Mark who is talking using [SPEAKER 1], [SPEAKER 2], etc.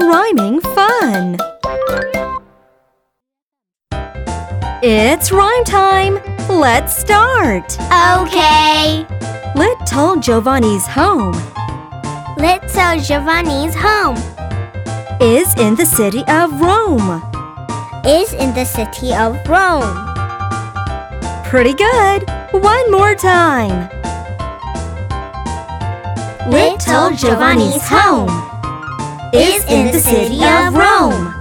[SPEAKER 1] Rhyming fun! It's rhyme time! Let's start!
[SPEAKER 2] Okay.
[SPEAKER 1] Little Giovanni's home
[SPEAKER 2] Little Giovanni's home
[SPEAKER 1] is in the city of Rome.
[SPEAKER 2] is in the city of Rome.
[SPEAKER 1] Pretty good! One more time!
[SPEAKER 2] Little Giovanni's home is in the city of Rome.